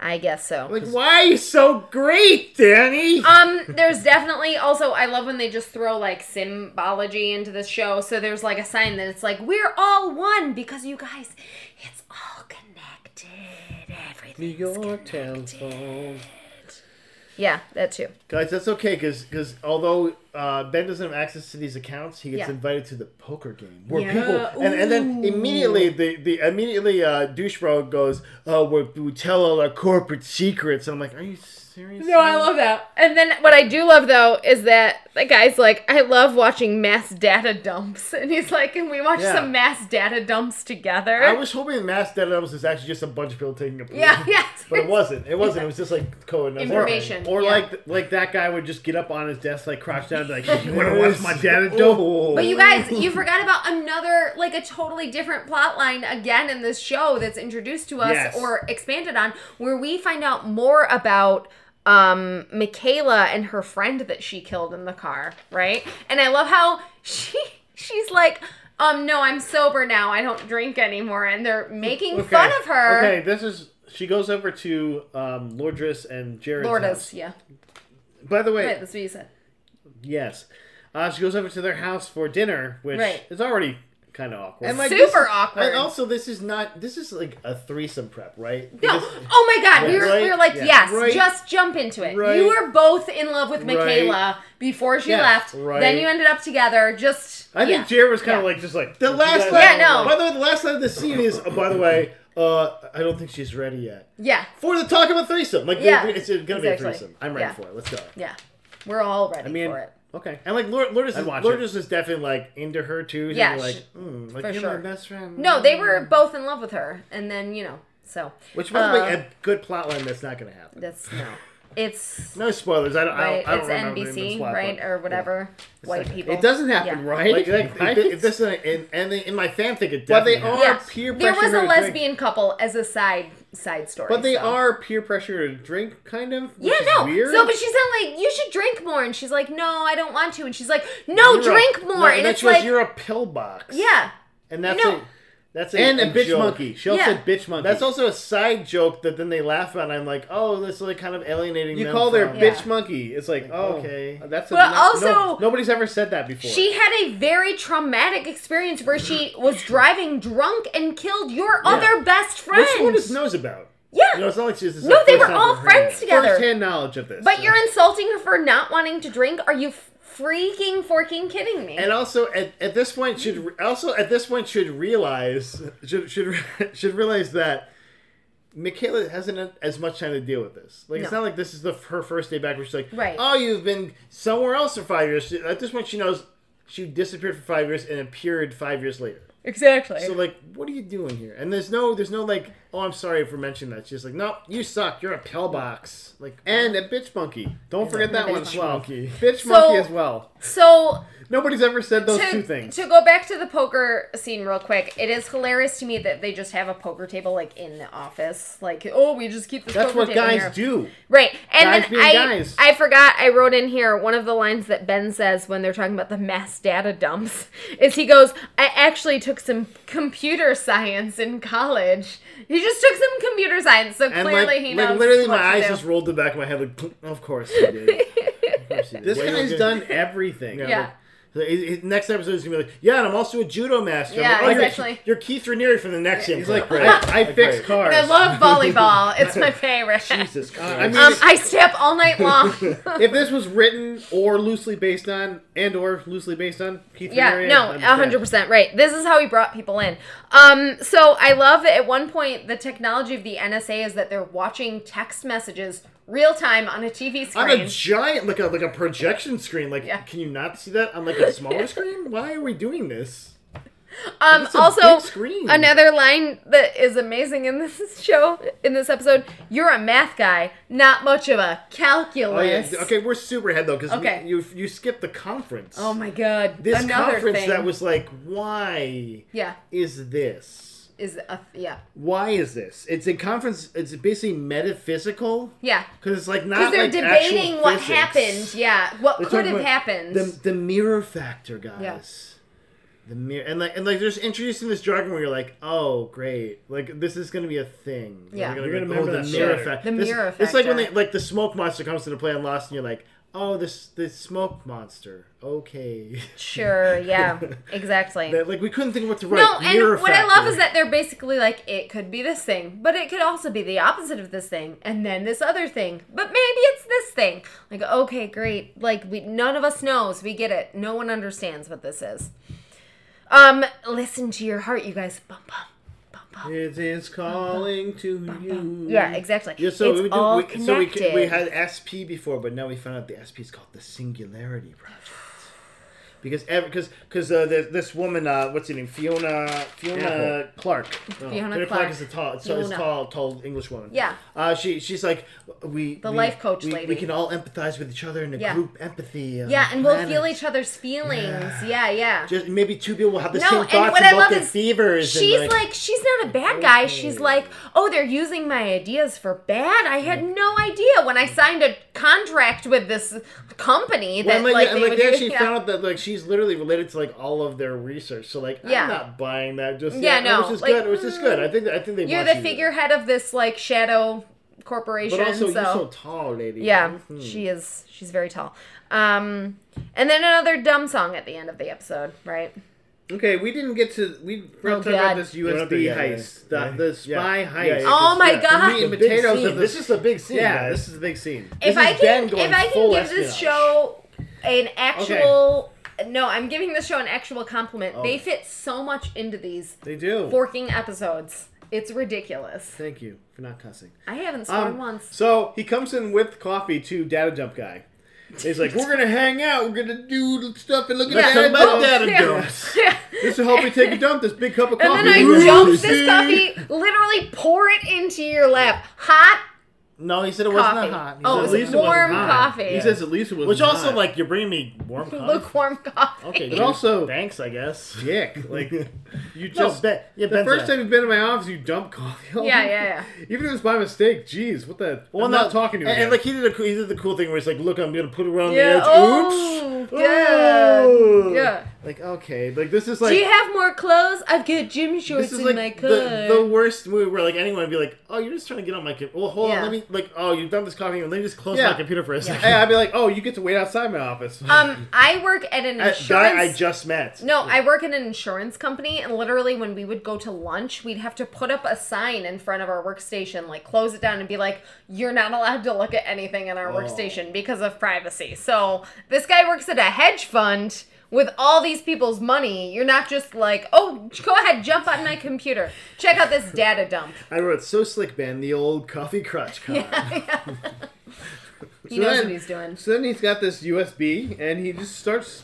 [SPEAKER 4] I guess so.
[SPEAKER 3] Like, why are you so great, Danny?
[SPEAKER 4] Um, there's definitely also I love when they just throw like symbology into the show. So there's like a sign that it's like we're all one because you guys, it's all connected. Everything.
[SPEAKER 2] Your telephone.
[SPEAKER 4] Yeah, that too.
[SPEAKER 3] Guys, that's okay, because although uh, Ben doesn't have access to these accounts, he gets
[SPEAKER 4] Yeah.
[SPEAKER 3] invited to the poker game where
[SPEAKER 4] Yeah.
[SPEAKER 3] people and, and then
[SPEAKER 4] Ooh.
[SPEAKER 3] immediately the the immediately uh, douchebag goes, "Oh, we we tell all our corporate secrets." And I'm like, "Are you serious?"
[SPEAKER 4] No, I love that. And then what I do love though is that the guy's like, I love watching mass data dumps, and he's like, can we watch
[SPEAKER 3] Yeah.
[SPEAKER 4] some mass data dumps together?
[SPEAKER 3] I was hoping Mass Dead Adams was actually just a bunch of people taking a poo.
[SPEAKER 4] yeah, yeah.
[SPEAKER 3] but it wasn't. It wasn't. It was just like code
[SPEAKER 4] Information.
[SPEAKER 2] Or
[SPEAKER 4] yeah.
[SPEAKER 2] like, like that guy would just get up on his desk, like crouch down, be like, you want to watch my dad at double?
[SPEAKER 4] But you guys, you forgot about another, like a totally different plot line again in this show that's introduced to us
[SPEAKER 2] Yes.
[SPEAKER 4] or expanded on, where we find out more about um Michaela and her friend that she killed in the car, right? And I love how she she's like, um, no, I'm sober now. I don't drink anymore, and they're making
[SPEAKER 2] Okay.
[SPEAKER 4] fun of her.
[SPEAKER 2] Okay, this is. She goes over to um, Lordris and Jared's
[SPEAKER 4] Lourdes,
[SPEAKER 2] house.
[SPEAKER 4] yeah.
[SPEAKER 2] By the way,
[SPEAKER 4] Right, that's what you said.
[SPEAKER 2] yes, uh, she goes over to their house for dinner, which
[SPEAKER 4] Right.
[SPEAKER 2] is already kind of awkward.
[SPEAKER 3] And like
[SPEAKER 4] Super
[SPEAKER 3] this is-
[SPEAKER 4] awkward.
[SPEAKER 3] And also, this is not. This is like a threesome prep, right?
[SPEAKER 4] No.
[SPEAKER 3] Because-
[SPEAKER 4] Oh my God. we, were, we were
[SPEAKER 3] Right?
[SPEAKER 4] like,
[SPEAKER 3] Yeah.
[SPEAKER 4] yes,
[SPEAKER 3] Right.
[SPEAKER 4] just jump into it.
[SPEAKER 3] Right.
[SPEAKER 4] You were both in love with Michaela before she
[SPEAKER 2] Yes,
[SPEAKER 4] left.
[SPEAKER 3] right.
[SPEAKER 4] Then you ended up together. Just.
[SPEAKER 2] I think
[SPEAKER 4] yeah.
[SPEAKER 2] Jared was kind of
[SPEAKER 4] Yeah.
[SPEAKER 2] like just like
[SPEAKER 3] The last
[SPEAKER 2] guys-
[SPEAKER 3] line.
[SPEAKER 4] Yeah, no.
[SPEAKER 3] By the way, the last line of the scene is. Oh, by the way, uh, I don't think she's ready yet
[SPEAKER 4] Yeah.
[SPEAKER 3] for the talk of a threesome. Like,
[SPEAKER 4] Yeah.
[SPEAKER 3] it's gonna be a
[SPEAKER 4] Exactly.
[SPEAKER 3] threesome. I'm ready
[SPEAKER 4] Yeah.
[SPEAKER 3] for it. Let's go.
[SPEAKER 4] Yeah. We're all ready
[SPEAKER 2] I mean,
[SPEAKER 4] for it.
[SPEAKER 2] okay.
[SPEAKER 3] And like Lord, Lourdes, is,
[SPEAKER 2] I'd watch
[SPEAKER 3] Lourdes is definitely like into her too. She's
[SPEAKER 4] Yeah,
[SPEAKER 3] like,
[SPEAKER 4] she-
[SPEAKER 3] mm, like
[SPEAKER 4] for
[SPEAKER 3] you're
[SPEAKER 4] sure.
[SPEAKER 3] my best friend.
[SPEAKER 4] No, they
[SPEAKER 2] mm.
[SPEAKER 4] were both in love with her. And then, you know, so.
[SPEAKER 3] Which, by the way,
[SPEAKER 4] uh,
[SPEAKER 3] a good plot line that's not gonna happen.
[SPEAKER 4] That's. No. It's.
[SPEAKER 3] No spoilers. I don't.
[SPEAKER 4] Right,
[SPEAKER 3] I don't, I don't
[SPEAKER 4] it's
[SPEAKER 3] remember the name of the
[SPEAKER 4] NBC,
[SPEAKER 3] plot,
[SPEAKER 4] right,
[SPEAKER 3] but-
[SPEAKER 4] or whatever. White people.
[SPEAKER 2] It doesn't happen,
[SPEAKER 4] Yeah.
[SPEAKER 2] right?
[SPEAKER 3] Like, like
[SPEAKER 2] Right?
[SPEAKER 3] if, if this is a, in, and they, in my fanfic, it definitely.
[SPEAKER 2] But they
[SPEAKER 3] happened.
[SPEAKER 2] are
[SPEAKER 4] Yeah.
[SPEAKER 2] peer
[SPEAKER 4] There was
[SPEAKER 2] pressure
[SPEAKER 4] a
[SPEAKER 2] to
[SPEAKER 4] lesbian couple as a side side story.
[SPEAKER 2] But they
[SPEAKER 4] so.
[SPEAKER 2] are peer pressure to drink, kind of.
[SPEAKER 4] Yeah,
[SPEAKER 2] Which is
[SPEAKER 4] no.
[SPEAKER 2] Weird.
[SPEAKER 4] So, but she's not like, you should drink more. And she's like, no, I don't want to. And she's like, no, drink more.
[SPEAKER 3] No,
[SPEAKER 4] and,
[SPEAKER 3] then
[SPEAKER 4] it's
[SPEAKER 3] she goes,
[SPEAKER 4] like,
[SPEAKER 3] you're a pillbox.
[SPEAKER 4] yeah.
[SPEAKER 3] and that's
[SPEAKER 4] No.
[SPEAKER 3] a, that's a,
[SPEAKER 2] and a bitch
[SPEAKER 3] joke.
[SPEAKER 2] monkey. She also
[SPEAKER 4] Yeah.
[SPEAKER 2] said bitch monkey.
[SPEAKER 3] That's also a side joke that then they laugh about. And I'm like, oh, that's like kind of alienating.
[SPEAKER 2] you
[SPEAKER 3] them
[SPEAKER 2] call their
[SPEAKER 3] from-
[SPEAKER 4] Yeah.
[SPEAKER 2] bitch monkey. It's like, oh,
[SPEAKER 3] okay.
[SPEAKER 2] okay, that's.
[SPEAKER 4] But
[SPEAKER 2] a,
[SPEAKER 4] also-
[SPEAKER 2] nobody's ever said that before.
[SPEAKER 4] She had a very traumatic experience where she was driving drunk and killed your other best friend.
[SPEAKER 3] which Lourdes knows about.
[SPEAKER 4] Yeah.
[SPEAKER 3] you know, it's not like she's. this is
[SPEAKER 4] no,
[SPEAKER 3] the
[SPEAKER 4] they
[SPEAKER 3] first time
[SPEAKER 4] were all
[SPEAKER 3] we're hearing
[SPEAKER 4] friends
[SPEAKER 3] it.
[SPEAKER 4] together.
[SPEAKER 2] first-hand knowledge of this.
[SPEAKER 4] But you're insulting her for not wanting to drink? Are you f- freaking forking kidding me?
[SPEAKER 3] And also at, at this point should re- also at this point should realize should should re- should realize that Michaela hasn't had as much time to deal with this. Like it's
[SPEAKER 4] No.
[SPEAKER 3] not like this is the her first day back where she's like,
[SPEAKER 4] Right.
[SPEAKER 3] oh, you've been somewhere else for five years. She- At this point, she knows she disappeared for five years and appeared five years later.
[SPEAKER 4] exactly.
[SPEAKER 3] So like, what are you doing here? And there's no there's no like "Oh, I'm sorry for mentioning that." She's like, "Nope, you suck. You're a pillbox." Like, and a bitch monkey.
[SPEAKER 2] Don't forget that
[SPEAKER 3] Bitch
[SPEAKER 2] one as well.
[SPEAKER 3] monkey.
[SPEAKER 2] Bitch
[SPEAKER 4] So-
[SPEAKER 2] monkey as well.
[SPEAKER 4] So
[SPEAKER 2] Nobody's ever said those two
[SPEAKER 4] to,
[SPEAKER 2] things.
[SPEAKER 4] to go back to the poker scene real quick, it is hilarious to me that they just have a poker table like in the office. Like, oh, we just keep this
[SPEAKER 2] That's
[SPEAKER 4] poker
[SPEAKER 2] what
[SPEAKER 4] table
[SPEAKER 2] guys
[SPEAKER 4] here.
[SPEAKER 2] do.
[SPEAKER 4] Right. And
[SPEAKER 2] Guys
[SPEAKER 4] then
[SPEAKER 2] being
[SPEAKER 4] I
[SPEAKER 2] guys.
[SPEAKER 4] I forgot I wrote in here one of the lines that Ben says when they're talking about the mass data dumps is he goes, I actually took some computer science in college. He just took some computer science, so
[SPEAKER 3] And
[SPEAKER 4] clearly
[SPEAKER 3] like,
[SPEAKER 4] he knows.
[SPEAKER 3] like literally, my
[SPEAKER 4] what to
[SPEAKER 3] eyes
[SPEAKER 4] do.
[SPEAKER 3] just rolled to the back of my head. Like,
[SPEAKER 2] "Mm,
[SPEAKER 3] of course he did. Of course he did.
[SPEAKER 2] This
[SPEAKER 3] Way to
[SPEAKER 2] guy's
[SPEAKER 3] go.
[SPEAKER 2] done everything.
[SPEAKER 3] Yeah.
[SPEAKER 4] Yeah.
[SPEAKER 3] So he- he- next episode is gonna be like, yeah, and I'm also a judo master. I'm
[SPEAKER 4] Yeah,
[SPEAKER 3] like, "Oh, you're-
[SPEAKER 4] exactly.
[SPEAKER 3] You're, Keith Raniere for the next.
[SPEAKER 2] He's
[SPEAKER 3] Emperor.
[SPEAKER 2] like, I, I fix
[SPEAKER 3] Great.
[SPEAKER 2] cars.
[SPEAKER 4] I love volleyball. It's my favorite.
[SPEAKER 3] Jesus
[SPEAKER 2] Uh,
[SPEAKER 3] Christ.
[SPEAKER 2] I mean,
[SPEAKER 4] Um, I step all night long.
[SPEAKER 2] if this was written or loosely based on, and or loosely based on Keith
[SPEAKER 4] Yeah,
[SPEAKER 2] Raniere,
[SPEAKER 4] no,
[SPEAKER 2] I'm
[SPEAKER 4] a hundred percent right. This is how he brought people in. Um, so I love that at one point the technology of the NSA is that they're watching text messages real time on a TV
[SPEAKER 3] on
[SPEAKER 4] screen.
[SPEAKER 3] a giant, like a like a projection screen. Like,
[SPEAKER 4] Yeah.
[SPEAKER 3] can you not see that on like a smaller screen? Why are we doing this?
[SPEAKER 4] um,
[SPEAKER 3] It's a
[SPEAKER 4] also,
[SPEAKER 3] big screen.
[SPEAKER 4] another line that is amazing in this show, in this episode: "You're a math guy, not much of a
[SPEAKER 3] Oh, yeah.
[SPEAKER 4] calculus."
[SPEAKER 3] Okay, we're super ahead though because
[SPEAKER 4] Okay.
[SPEAKER 3] you you skipped the conference.
[SPEAKER 4] Oh my god!
[SPEAKER 3] this
[SPEAKER 4] another
[SPEAKER 3] conference
[SPEAKER 4] thing.
[SPEAKER 3] that was like, why
[SPEAKER 4] yeah
[SPEAKER 3] is this?
[SPEAKER 4] is a yeah
[SPEAKER 3] Why is this? It's a conference. It's basically metaphysical.
[SPEAKER 4] yeah
[SPEAKER 3] Because it's like
[SPEAKER 4] because
[SPEAKER 3] not
[SPEAKER 4] they're
[SPEAKER 3] like actual
[SPEAKER 4] debating what
[SPEAKER 3] physics.
[SPEAKER 4] happened. Yeah, what
[SPEAKER 3] They're
[SPEAKER 4] could
[SPEAKER 3] talking
[SPEAKER 4] have
[SPEAKER 3] about
[SPEAKER 4] happened.
[SPEAKER 3] The, the mirror factor, guys.
[SPEAKER 4] Yeah.
[SPEAKER 3] The mirror and like and like, there's introducing this jargon where you're like, oh great, like this is gonna be a thing.
[SPEAKER 4] Yeah.
[SPEAKER 3] We're
[SPEAKER 2] You're gonna
[SPEAKER 3] go,
[SPEAKER 2] remember
[SPEAKER 3] oh,
[SPEAKER 2] that
[SPEAKER 3] the mirror
[SPEAKER 2] later.
[SPEAKER 3] effect.
[SPEAKER 4] The
[SPEAKER 3] This-
[SPEAKER 4] mirror
[SPEAKER 3] It's like when they
[SPEAKER 4] factor.
[SPEAKER 3] like the smoke monster comes into play in Lost, and you're like, oh this this smoke monster. Okay.
[SPEAKER 4] Sure, yeah, exactly.
[SPEAKER 3] That, like we couldn't think of what to write.
[SPEAKER 4] no, and
[SPEAKER 3] mirror
[SPEAKER 4] what I love
[SPEAKER 3] factor.
[SPEAKER 4] is that they're basically like, it could be this thing, but it could also be the opposite of this thing, and then this other thing, but maybe it's this thing. Like, okay, great. Like, we, none of us knows. We get it. No one understands what this is. Um, listen to your heart, you guys. Bum, bum, bum, bum.
[SPEAKER 2] It is calling to you.
[SPEAKER 4] Yeah, exactly.
[SPEAKER 3] Mm. Yeah, so
[SPEAKER 4] it's
[SPEAKER 3] we do,
[SPEAKER 4] all
[SPEAKER 3] we,
[SPEAKER 4] connected.
[SPEAKER 3] so we, ca- we had SP before, but now we found out the SP is called the Singularity Project. Because because because uh, there's this woman, uh, what's her name, Fiona Fiona
[SPEAKER 2] Apple.
[SPEAKER 3] Clark. No,
[SPEAKER 4] Fiona
[SPEAKER 3] Fiona Clark.
[SPEAKER 4] Clark.
[SPEAKER 3] is a tall, so is
[SPEAKER 4] Fiona.
[SPEAKER 3] tall, tall English woman.
[SPEAKER 4] Yeah.
[SPEAKER 3] Uh, she she's like we the
[SPEAKER 4] life coach
[SPEAKER 3] we,
[SPEAKER 4] lady.
[SPEAKER 3] We can all empathize with each other in a
[SPEAKER 4] Yeah.
[SPEAKER 3] group empathy. uh,
[SPEAKER 4] yeah, and we'll
[SPEAKER 3] planet.
[SPEAKER 4] feel each other's feelings. Yeah, yeah.
[SPEAKER 3] Just maybe two people will have the
[SPEAKER 4] No,
[SPEAKER 3] same
[SPEAKER 4] and
[SPEAKER 3] thoughts
[SPEAKER 4] what
[SPEAKER 3] and
[SPEAKER 4] I
[SPEAKER 3] both
[SPEAKER 4] love
[SPEAKER 3] get
[SPEAKER 4] is
[SPEAKER 3] fevers. and,
[SPEAKER 4] She's like, she's not a bad guy. She's like, oh, they're using my ideas for bad. I had
[SPEAKER 3] Mm-hmm.
[SPEAKER 4] no idea when I signed a contract with this company
[SPEAKER 3] Well,
[SPEAKER 4] that
[SPEAKER 3] and like,
[SPEAKER 4] like,
[SPEAKER 3] and,
[SPEAKER 4] they
[SPEAKER 3] like,
[SPEAKER 4] would
[SPEAKER 3] they
[SPEAKER 4] do-
[SPEAKER 3] actually
[SPEAKER 4] yeah.
[SPEAKER 3] found out that like she's literally related to like all of their research. So like,
[SPEAKER 4] Yeah.
[SPEAKER 3] I'm not buying that. Just
[SPEAKER 4] Yeah,
[SPEAKER 3] yet. It
[SPEAKER 4] no,
[SPEAKER 3] was just
[SPEAKER 4] like,
[SPEAKER 3] good. It was just good. I think I think they.
[SPEAKER 4] You're
[SPEAKER 3] want
[SPEAKER 4] the
[SPEAKER 3] you to-
[SPEAKER 4] figurehead of this like shadow corporation.
[SPEAKER 3] But also,
[SPEAKER 4] so.
[SPEAKER 3] you're so tall, lady.
[SPEAKER 4] yeah, she is. She's very tall. Um, and then another dumb song at the end of the episode, right?
[SPEAKER 2] Okay, we didn't get to we we're
[SPEAKER 4] Oh,
[SPEAKER 2] talking about
[SPEAKER 4] God.
[SPEAKER 2] this
[SPEAKER 3] We're not
[SPEAKER 2] USB
[SPEAKER 3] there yet,
[SPEAKER 2] heist,
[SPEAKER 3] yeah.
[SPEAKER 2] the, the
[SPEAKER 3] Yeah.
[SPEAKER 2] spy
[SPEAKER 3] Yeah,
[SPEAKER 2] heist.
[SPEAKER 3] yeah, yeah.
[SPEAKER 4] Oh my
[SPEAKER 3] Yeah.
[SPEAKER 4] god!
[SPEAKER 2] The meat and
[SPEAKER 3] The big
[SPEAKER 2] potatoes
[SPEAKER 3] scene.
[SPEAKER 2] of
[SPEAKER 3] This is the big scene.
[SPEAKER 2] Yeah,
[SPEAKER 3] guys.
[SPEAKER 2] this is a big scene.
[SPEAKER 4] if
[SPEAKER 3] This
[SPEAKER 4] I
[SPEAKER 3] is Ben
[SPEAKER 4] can,
[SPEAKER 3] going
[SPEAKER 4] if I can
[SPEAKER 3] full
[SPEAKER 4] give this
[SPEAKER 3] espionage.
[SPEAKER 4] show an actual, no, I'm giving this show an actual compliment.
[SPEAKER 3] Oh.
[SPEAKER 4] They fit so much into these
[SPEAKER 2] They do.
[SPEAKER 4] forking episodes. It's ridiculous.
[SPEAKER 2] Thank you for not cussing.
[SPEAKER 4] I haven't sworn
[SPEAKER 2] Um,
[SPEAKER 4] once.
[SPEAKER 2] So he comes in with coffee to Data Dump guy. He's like, "We're gonna hang out. We're gonna do stuff and look at
[SPEAKER 4] Yeah.
[SPEAKER 2] data
[SPEAKER 4] Something about
[SPEAKER 2] dumps.
[SPEAKER 3] data
[SPEAKER 4] Yeah.
[SPEAKER 3] dumps.
[SPEAKER 4] Yeah.
[SPEAKER 2] This will help me take a dump. This big cup of coffee.
[SPEAKER 4] And then I dump this coffee, literally pour it into your lap, hot
[SPEAKER 3] No, he said it was not
[SPEAKER 4] coffee.
[SPEAKER 3] hot. He
[SPEAKER 4] oh,
[SPEAKER 3] said
[SPEAKER 4] it was
[SPEAKER 3] at least
[SPEAKER 2] wasn't
[SPEAKER 4] warm
[SPEAKER 2] hot.
[SPEAKER 4] coffee.
[SPEAKER 2] He says at least it was.
[SPEAKER 3] Which also,
[SPEAKER 2] hot.
[SPEAKER 3] like, you're bringing me warm coffee.
[SPEAKER 4] lukewarm coffee.
[SPEAKER 3] Okay,
[SPEAKER 2] but
[SPEAKER 3] dude.
[SPEAKER 2] also
[SPEAKER 3] thanks, I guess.
[SPEAKER 2] dick. Like you
[SPEAKER 3] No,
[SPEAKER 2] just
[SPEAKER 3] Ben- yeah,
[SPEAKER 2] the
[SPEAKER 3] Ben's
[SPEAKER 2] first
[SPEAKER 3] a-
[SPEAKER 2] time you've been in my office, you dump coffee. all
[SPEAKER 4] Yeah,
[SPEAKER 2] over.
[SPEAKER 4] yeah,
[SPEAKER 2] Even if it's by mistake, geez, what the?
[SPEAKER 3] Well,
[SPEAKER 2] I'm
[SPEAKER 3] no,
[SPEAKER 2] not talking to you.
[SPEAKER 3] and, and
[SPEAKER 2] again.
[SPEAKER 3] like he did a cool- he did the cool thing where he's like, "Look, I'm gonna put it around
[SPEAKER 4] Yeah,
[SPEAKER 3] the edge."
[SPEAKER 4] oh,
[SPEAKER 3] Oops. Oh.
[SPEAKER 4] God.
[SPEAKER 3] Ooh.
[SPEAKER 4] Yeah.
[SPEAKER 3] Like okay, like this is like
[SPEAKER 4] Do you have more clothes? I've got gym
[SPEAKER 3] this
[SPEAKER 4] shorts
[SPEAKER 3] is
[SPEAKER 4] in
[SPEAKER 3] like
[SPEAKER 4] my
[SPEAKER 3] the,
[SPEAKER 4] car.
[SPEAKER 3] the worst movie where like anyone would be like, "Oh, you're just trying to get on my computer." Well, hold
[SPEAKER 4] Yeah.
[SPEAKER 3] on, let me like, "Oh, you've done this coffee, let me just close
[SPEAKER 2] Yeah.
[SPEAKER 3] my computer for a second.
[SPEAKER 2] hey, I'd be like, oh, you get to wait outside my office.
[SPEAKER 4] um, I work at an
[SPEAKER 3] That
[SPEAKER 4] insurance.
[SPEAKER 3] guy I just met.
[SPEAKER 4] No, I work in an insurance company, and literally, when we would go to lunch, we'd have to put up a sign in front of our workstation, like close it down, and be like, "You're not allowed to look at anything in our
[SPEAKER 2] Oh.
[SPEAKER 4] workstation because of privacy." So this guy works at a hedge fund with all these people's money. You're not just like, "Oh, go ahead, jump on my computer, check out this data dump."
[SPEAKER 3] I wrote so slick, Ben, the old coffee crotch card.
[SPEAKER 4] He
[SPEAKER 2] So
[SPEAKER 4] knows
[SPEAKER 2] then-
[SPEAKER 4] what he's doing.
[SPEAKER 2] So then he's got this USB, and he just starts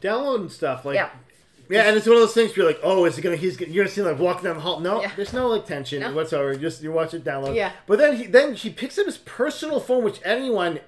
[SPEAKER 2] downloading stuff like
[SPEAKER 4] Yeah.
[SPEAKER 3] Yeah, and it's one of those things where you're like, oh, is it gonna? He's gonna, you're gonna see him like walking down the hall. No,
[SPEAKER 4] Yeah.
[SPEAKER 3] there's no like tension
[SPEAKER 4] No.
[SPEAKER 3] whatsoever. You just you watch it download.
[SPEAKER 4] Yeah.
[SPEAKER 3] But then he then she picks up his personal phone, which anyone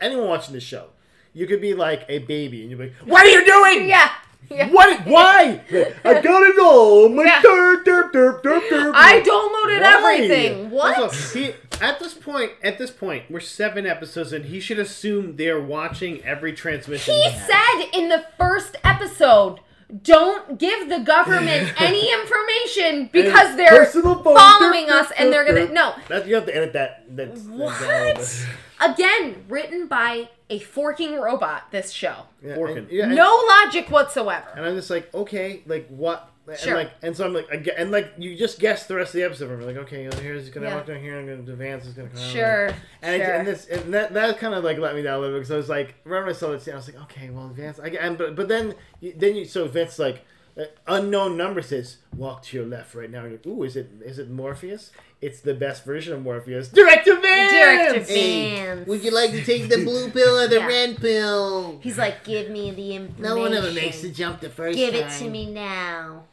[SPEAKER 3] anyone watching this show, you could be like a baby and you're like, what are you doing?
[SPEAKER 4] Yeah. yeah.
[SPEAKER 3] What? Why? I gotta know. My
[SPEAKER 4] Yeah.
[SPEAKER 3] derp, derp, derp, derp, derp.
[SPEAKER 4] I downloaded
[SPEAKER 3] Why?
[SPEAKER 4] everything. What?
[SPEAKER 2] Also, he, at this point, at this point, we're seven episodes in. He should assume they're watching every transmission.
[SPEAKER 4] He
[SPEAKER 2] has.
[SPEAKER 4] said in the first episode, don't give the government any information because they're
[SPEAKER 3] personal phone.
[SPEAKER 4] following
[SPEAKER 3] Derp,
[SPEAKER 4] us
[SPEAKER 3] derp,
[SPEAKER 4] and they're
[SPEAKER 3] derp,
[SPEAKER 4] gonna
[SPEAKER 3] derp.
[SPEAKER 4] no.
[SPEAKER 3] That, you have to edit that. That's,
[SPEAKER 4] What? Again, written by a forking robot. This show,
[SPEAKER 3] Yeah,
[SPEAKER 2] Forking.
[SPEAKER 3] and- yeah, and-
[SPEAKER 4] no logic whatsoever.
[SPEAKER 3] And I'm just like, okay, like what? And
[SPEAKER 4] Sure.
[SPEAKER 3] like, and so I'm like, I gue- and like, you just guess the rest of the episode. I'm like, okay, here's gonna
[SPEAKER 4] Yeah.
[SPEAKER 3] walk down here, I'm gonna advance, it's gonna come. out.
[SPEAKER 4] Sure,
[SPEAKER 3] And, I, and
[SPEAKER 4] sure.
[SPEAKER 3] this and that that kind of like let me down a little bit because I was like, remember I saw that scene, I was like, okay, well, Vance, I and but but then you, then you so Vince like uh, unknown number says walk to your left right now. And you're, Ooh, is it is it Morpheus? It's the best version of Morpheus. Direct to Vance.
[SPEAKER 4] Direct to
[SPEAKER 5] Hey,
[SPEAKER 4] Vance.
[SPEAKER 5] would you like to take the blue pill or the
[SPEAKER 4] Yeah.
[SPEAKER 5] red pill?
[SPEAKER 4] He's like, give me the information.
[SPEAKER 5] No one ever makes the jump the first
[SPEAKER 4] Give
[SPEAKER 5] time.
[SPEAKER 4] it to me now.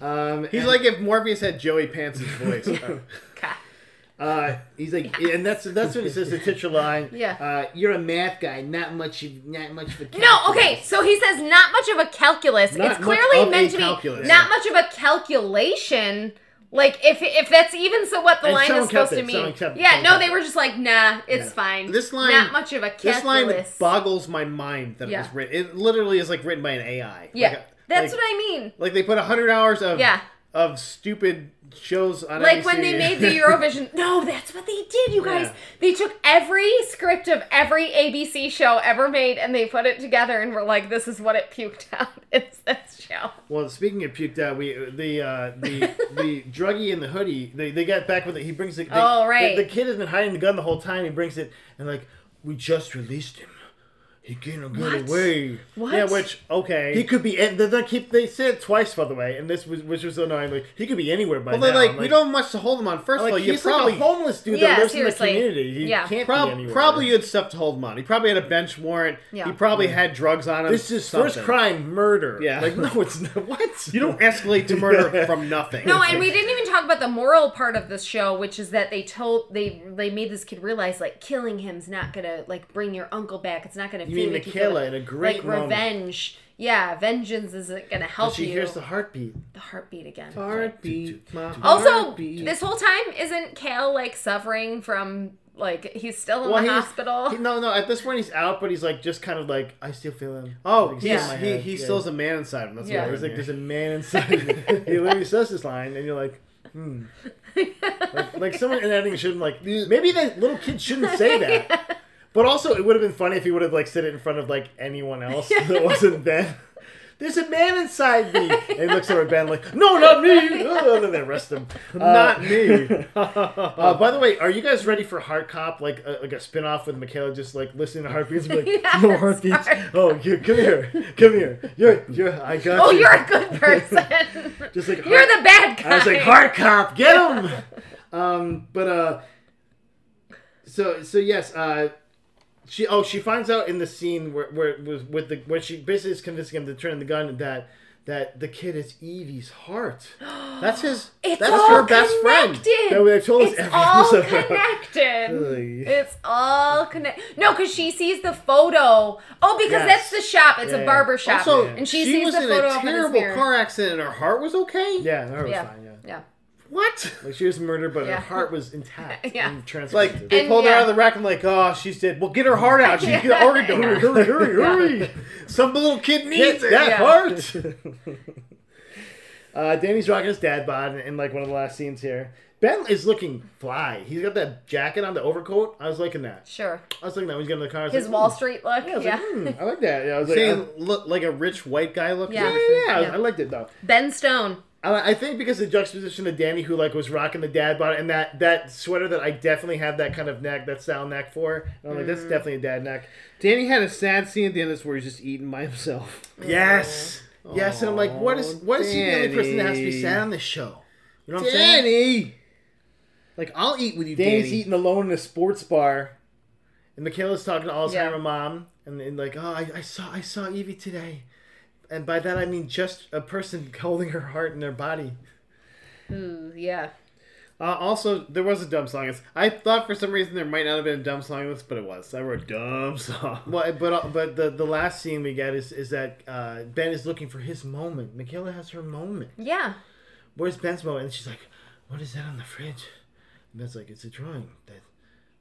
[SPEAKER 2] Um, he's like if Morpheus had Joey Pants' voice.
[SPEAKER 4] Okay.
[SPEAKER 3] Uh, he's like, and that's that's when he says the titular line.
[SPEAKER 4] Yeah.
[SPEAKER 3] Uh, you're a math guy, not much, not much for.
[SPEAKER 4] No, okay. So he says not much of a calculus.
[SPEAKER 2] Not
[SPEAKER 4] it's
[SPEAKER 2] much of
[SPEAKER 4] clearly
[SPEAKER 2] a
[SPEAKER 4] meant to be
[SPEAKER 2] calculus.
[SPEAKER 4] not much of a calculation. Like if if that's even so, what the
[SPEAKER 3] And
[SPEAKER 4] line
[SPEAKER 3] someone
[SPEAKER 4] is supposed
[SPEAKER 3] kept it,
[SPEAKER 4] to mean?
[SPEAKER 3] someone kept-
[SPEAKER 4] yeah,
[SPEAKER 3] someone
[SPEAKER 4] no,
[SPEAKER 3] kept
[SPEAKER 4] they
[SPEAKER 3] it.
[SPEAKER 4] were just like, nah, it's fine.
[SPEAKER 2] This line-
[SPEAKER 4] not much of a calculus.
[SPEAKER 2] This line boggles my mind that
[SPEAKER 4] Yeah.
[SPEAKER 2] it was written. It literally is like written by an AI.
[SPEAKER 4] yeah,
[SPEAKER 3] uh,
[SPEAKER 2] Like,
[SPEAKER 4] that's
[SPEAKER 2] like,
[SPEAKER 4] what I mean.
[SPEAKER 2] Like they put hundred hours of
[SPEAKER 4] Yeah.
[SPEAKER 2] of stupid shows on.
[SPEAKER 4] Like when
[SPEAKER 2] NBC.
[SPEAKER 4] they made the Eurovision. No, that's what they did, you guys.
[SPEAKER 2] Yeah.
[SPEAKER 4] They took every script of every ABC show ever made and they put it together and were like, this is what it puked out. It's this show.
[SPEAKER 3] Well, speaking of puked out, we the uh, the the druggie in the hoodie. They they got back with it. He brings the. They,
[SPEAKER 4] Oh, right.
[SPEAKER 3] The, the kid has been hiding the gun the whole time. He brings it and like we just released him. He can't get
[SPEAKER 4] What?
[SPEAKER 3] away.
[SPEAKER 2] Oh,
[SPEAKER 4] What?
[SPEAKER 3] Yeah, which
[SPEAKER 2] okay.
[SPEAKER 3] he could be. And they, they keep they said it twice by the way, and this was which was annoying. Like he could be anywhere by
[SPEAKER 2] well,
[SPEAKER 3] now.
[SPEAKER 2] they're like, we don't have much to hold him on. First
[SPEAKER 3] Like,
[SPEAKER 2] of all, you
[SPEAKER 3] he's like
[SPEAKER 2] probably
[SPEAKER 3] a homeless dude
[SPEAKER 4] Yeah,
[SPEAKER 3] that lives
[SPEAKER 4] seriously.
[SPEAKER 3] in the community. He
[SPEAKER 4] Yeah.
[SPEAKER 3] can't
[SPEAKER 2] prob-
[SPEAKER 3] be anywhere.
[SPEAKER 2] probably you had stuff to hold him on. He probably had a bench warrant.
[SPEAKER 4] Yeah.
[SPEAKER 2] He probably had drugs on him.
[SPEAKER 3] This is
[SPEAKER 2] something.
[SPEAKER 3] first crime murder.
[SPEAKER 2] Yeah.
[SPEAKER 3] Like no, it's not. What?
[SPEAKER 2] You don't escalate to murder from nothing.
[SPEAKER 4] No, and we didn't even talk about the moral part of this show, which is that they told they they made this kid realize like killing him's not gonna like bring your uncle back. It's not gonna. You
[SPEAKER 3] mean Michaela in a great
[SPEAKER 4] like
[SPEAKER 3] moment.
[SPEAKER 4] revenge? Yeah, vengeance isn't gonna help
[SPEAKER 3] She
[SPEAKER 4] you.
[SPEAKER 3] hears the heartbeat.
[SPEAKER 4] The heartbeat again.
[SPEAKER 2] Heartbeat, my
[SPEAKER 4] Also,
[SPEAKER 2] heartbeat.
[SPEAKER 4] this whole time isn't Kale like suffering from like he's still in
[SPEAKER 3] Well,
[SPEAKER 4] the
[SPEAKER 3] he's-
[SPEAKER 4] hospital.
[SPEAKER 3] he- no, no. At this point, he's out, but he's like just kind of like I still feel him.
[SPEAKER 2] Oh,
[SPEAKER 3] Like,
[SPEAKER 2] he's,
[SPEAKER 3] still in my
[SPEAKER 2] he,
[SPEAKER 3] head.
[SPEAKER 2] he
[SPEAKER 3] Yeah.
[SPEAKER 2] still has a man inside of him. That's
[SPEAKER 4] Yeah.
[SPEAKER 2] yeah.
[SPEAKER 3] He's
[SPEAKER 2] what
[SPEAKER 3] like,
[SPEAKER 2] it
[SPEAKER 3] there's
[SPEAKER 2] is.
[SPEAKER 3] a man inside. me. he literally says this line, and you're like, hmm. Like, like someone in editing shouldn't like. Maybe that little kid shouldn't say that. But also, it would have been funny if he would have like said it in front of like anyone else that wasn't Ben. There's a man inside me, and he looks over at Ben like, "No, not me!" Oh, and then they arrest him.
[SPEAKER 2] Not
[SPEAKER 3] Uh,
[SPEAKER 2] me.
[SPEAKER 3] uh, by the way, are you guys ready for Heart Cop, like a, like a spin off with Michaela just like listening to heartbeats? And be like,
[SPEAKER 4] Yes,
[SPEAKER 3] no heartbeats.
[SPEAKER 4] heart-
[SPEAKER 3] Oh, you, come here, come here. You're, you're, I got
[SPEAKER 4] oh,
[SPEAKER 3] you.
[SPEAKER 4] you're a good person.
[SPEAKER 3] just like
[SPEAKER 4] you're the
[SPEAKER 3] heart-
[SPEAKER 4] bad guy.
[SPEAKER 3] I was like Heart Cop, get him. um, but uh, so so yes, uh, she oh she finds out in the scene where where with, with the where she basically is convincing him to turn the gun that. That the kid is Evie's heart. That's his.
[SPEAKER 4] It's
[SPEAKER 3] that's
[SPEAKER 4] all
[SPEAKER 3] her best
[SPEAKER 4] connected.
[SPEAKER 3] friend. That they've told us
[SPEAKER 4] It's
[SPEAKER 3] every
[SPEAKER 4] all
[SPEAKER 3] episode.
[SPEAKER 4] connected.
[SPEAKER 3] Really?
[SPEAKER 4] it's all connected. No, because she sees the photo. Oh, because
[SPEAKER 3] Yes.
[SPEAKER 4] that's the shop. It's
[SPEAKER 3] Yeah.
[SPEAKER 4] a barber shop,
[SPEAKER 2] Also,
[SPEAKER 4] and she,
[SPEAKER 2] she
[SPEAKER 4] sees
[SPEAKER 2] was
[SPEAKER 4] the
[SPEAKER 2] in
[SPEAKER 4] photo
[SPEAKER 2] a
[SPEAKER 4] up in his
[SPEAKER 2] terrible
[SPEAKER 4] mirror.
[SPEAKER 2] car accident. and Her heart was okay.
[SPEAKER 3] Yeah, her heart
[SPEAKER 4] Yeah.
[SPEAKER 3] was fine. Yeah,
[SPEAKER 4] yeah.
[SPEAKER 2] What?
[SPEAKER 3] like she was murdered, but
[SPEAKER 4] Yeah.
[SPEAKER 3] her heart was intact
[SPEAKER 4] Yeah.
[SPEAKER 3] and
[SPEAKER 2] Like
[SPEAKER 3] transplanted.
[SPEAKER 2] they
[SPEAKER 4] And,
[SPEAKER 2] pulled her
[SPEAKER 4] yeah.
[SPEAKER 2] out of the rack and like, oh, she's dead. Well, get her heart out. She's
[SPEAKER 4] Yeah.
[SPEAKER 2] got organ donor.
[SPEAKER 3] hurry, hurry, hurry!
[SPEAKER 2] Some little kid
[SPEAKER 3] Get
[SPEAKER 2] needs it.
[SPEAKER 3] that
[SPEAKER 4] Yeah.
[SPEAKER 3] heart. uh, Danny's rocking his dad bod in, in like one of the last scenes here. Ben is looking fly. He's got that jacket on the overcoat. I was liking that.
[SPEAKER 4] Sure.
[SPEAKER 3] I was liking that when he's getting in the car. I was
[SPEAKER 4] His
[SPEAKER 3] like,
[SPEAKER 4] Wall
[SPEAKER 3] "Ooh."
[SPEAKER 4] Street look.
[SPEAKER 3] Yeah, I
[SPEAKER 4] Yeah.
[SPEAKER 3] was like, "Hmm, I like that. Yeah, I was like, I-
[SPEAKER 2] Saying look like a rich white guy look.
[SPEAKER 3] yeah,
[SPEAKER 4] Yeah.
[SPEAKER 3] yeah, yeah. I-
[SPEAKER 4] Yeah.
[SPEAKER 3] I liked it though.
[SPEAKER 4] Ben Stone.
[SPEAKER 3] I I think because the juxtaposition of Danny, who like was rocking the dad bod, and that that sweater that I definitely have that kind of neck, that style neck for. And I'm like,
[SPEAKER 4] Mm.
[SPEAKER 3] that's definitely a dad neck.
[SPEAKER 2] Danny had a sad scene at the end of this where he's just eating by himself.
[SPEAKER 3] Yes, yes. And I'm like, what is what is he the only person that has to be sad
[SPEAKER 2] Danny.
[SPEAKER 3] on this show? You know what I'm saying?
[SPEAKER 2] Danny. Like I'll eat with you,
[SPEAKER 3] Danny's
[SPEAKER 2] Danny.
[SPEAKER 3] eating alone in a sports bar, and Michaela's talking to Alzheimer
[SPEAKER 4] Yeah.
[SPEAKER 3] mom, and, and like, oh, I, I saw I saw Evie today. and by that I mean just a person holding her heart in their body.
[SPEAKER 4] Ooh, yeah.
[SPEAKER 2] Uh, also, there was a dumb song. It's- I thought for some reason there might not have been a dumb song in this, but it was. I wrote dumb song.
[SPEAKER 3] Well, but uh, but the the last scene we get is is that uh, Ben is looking for his moment. Michaela has her moment.
[SPEAKER 4] Yeah.
[SPEAKER 3] Where's Ben's moment? And she's like, "What is that on the fridge?" And Ben's like, "It's a drawing that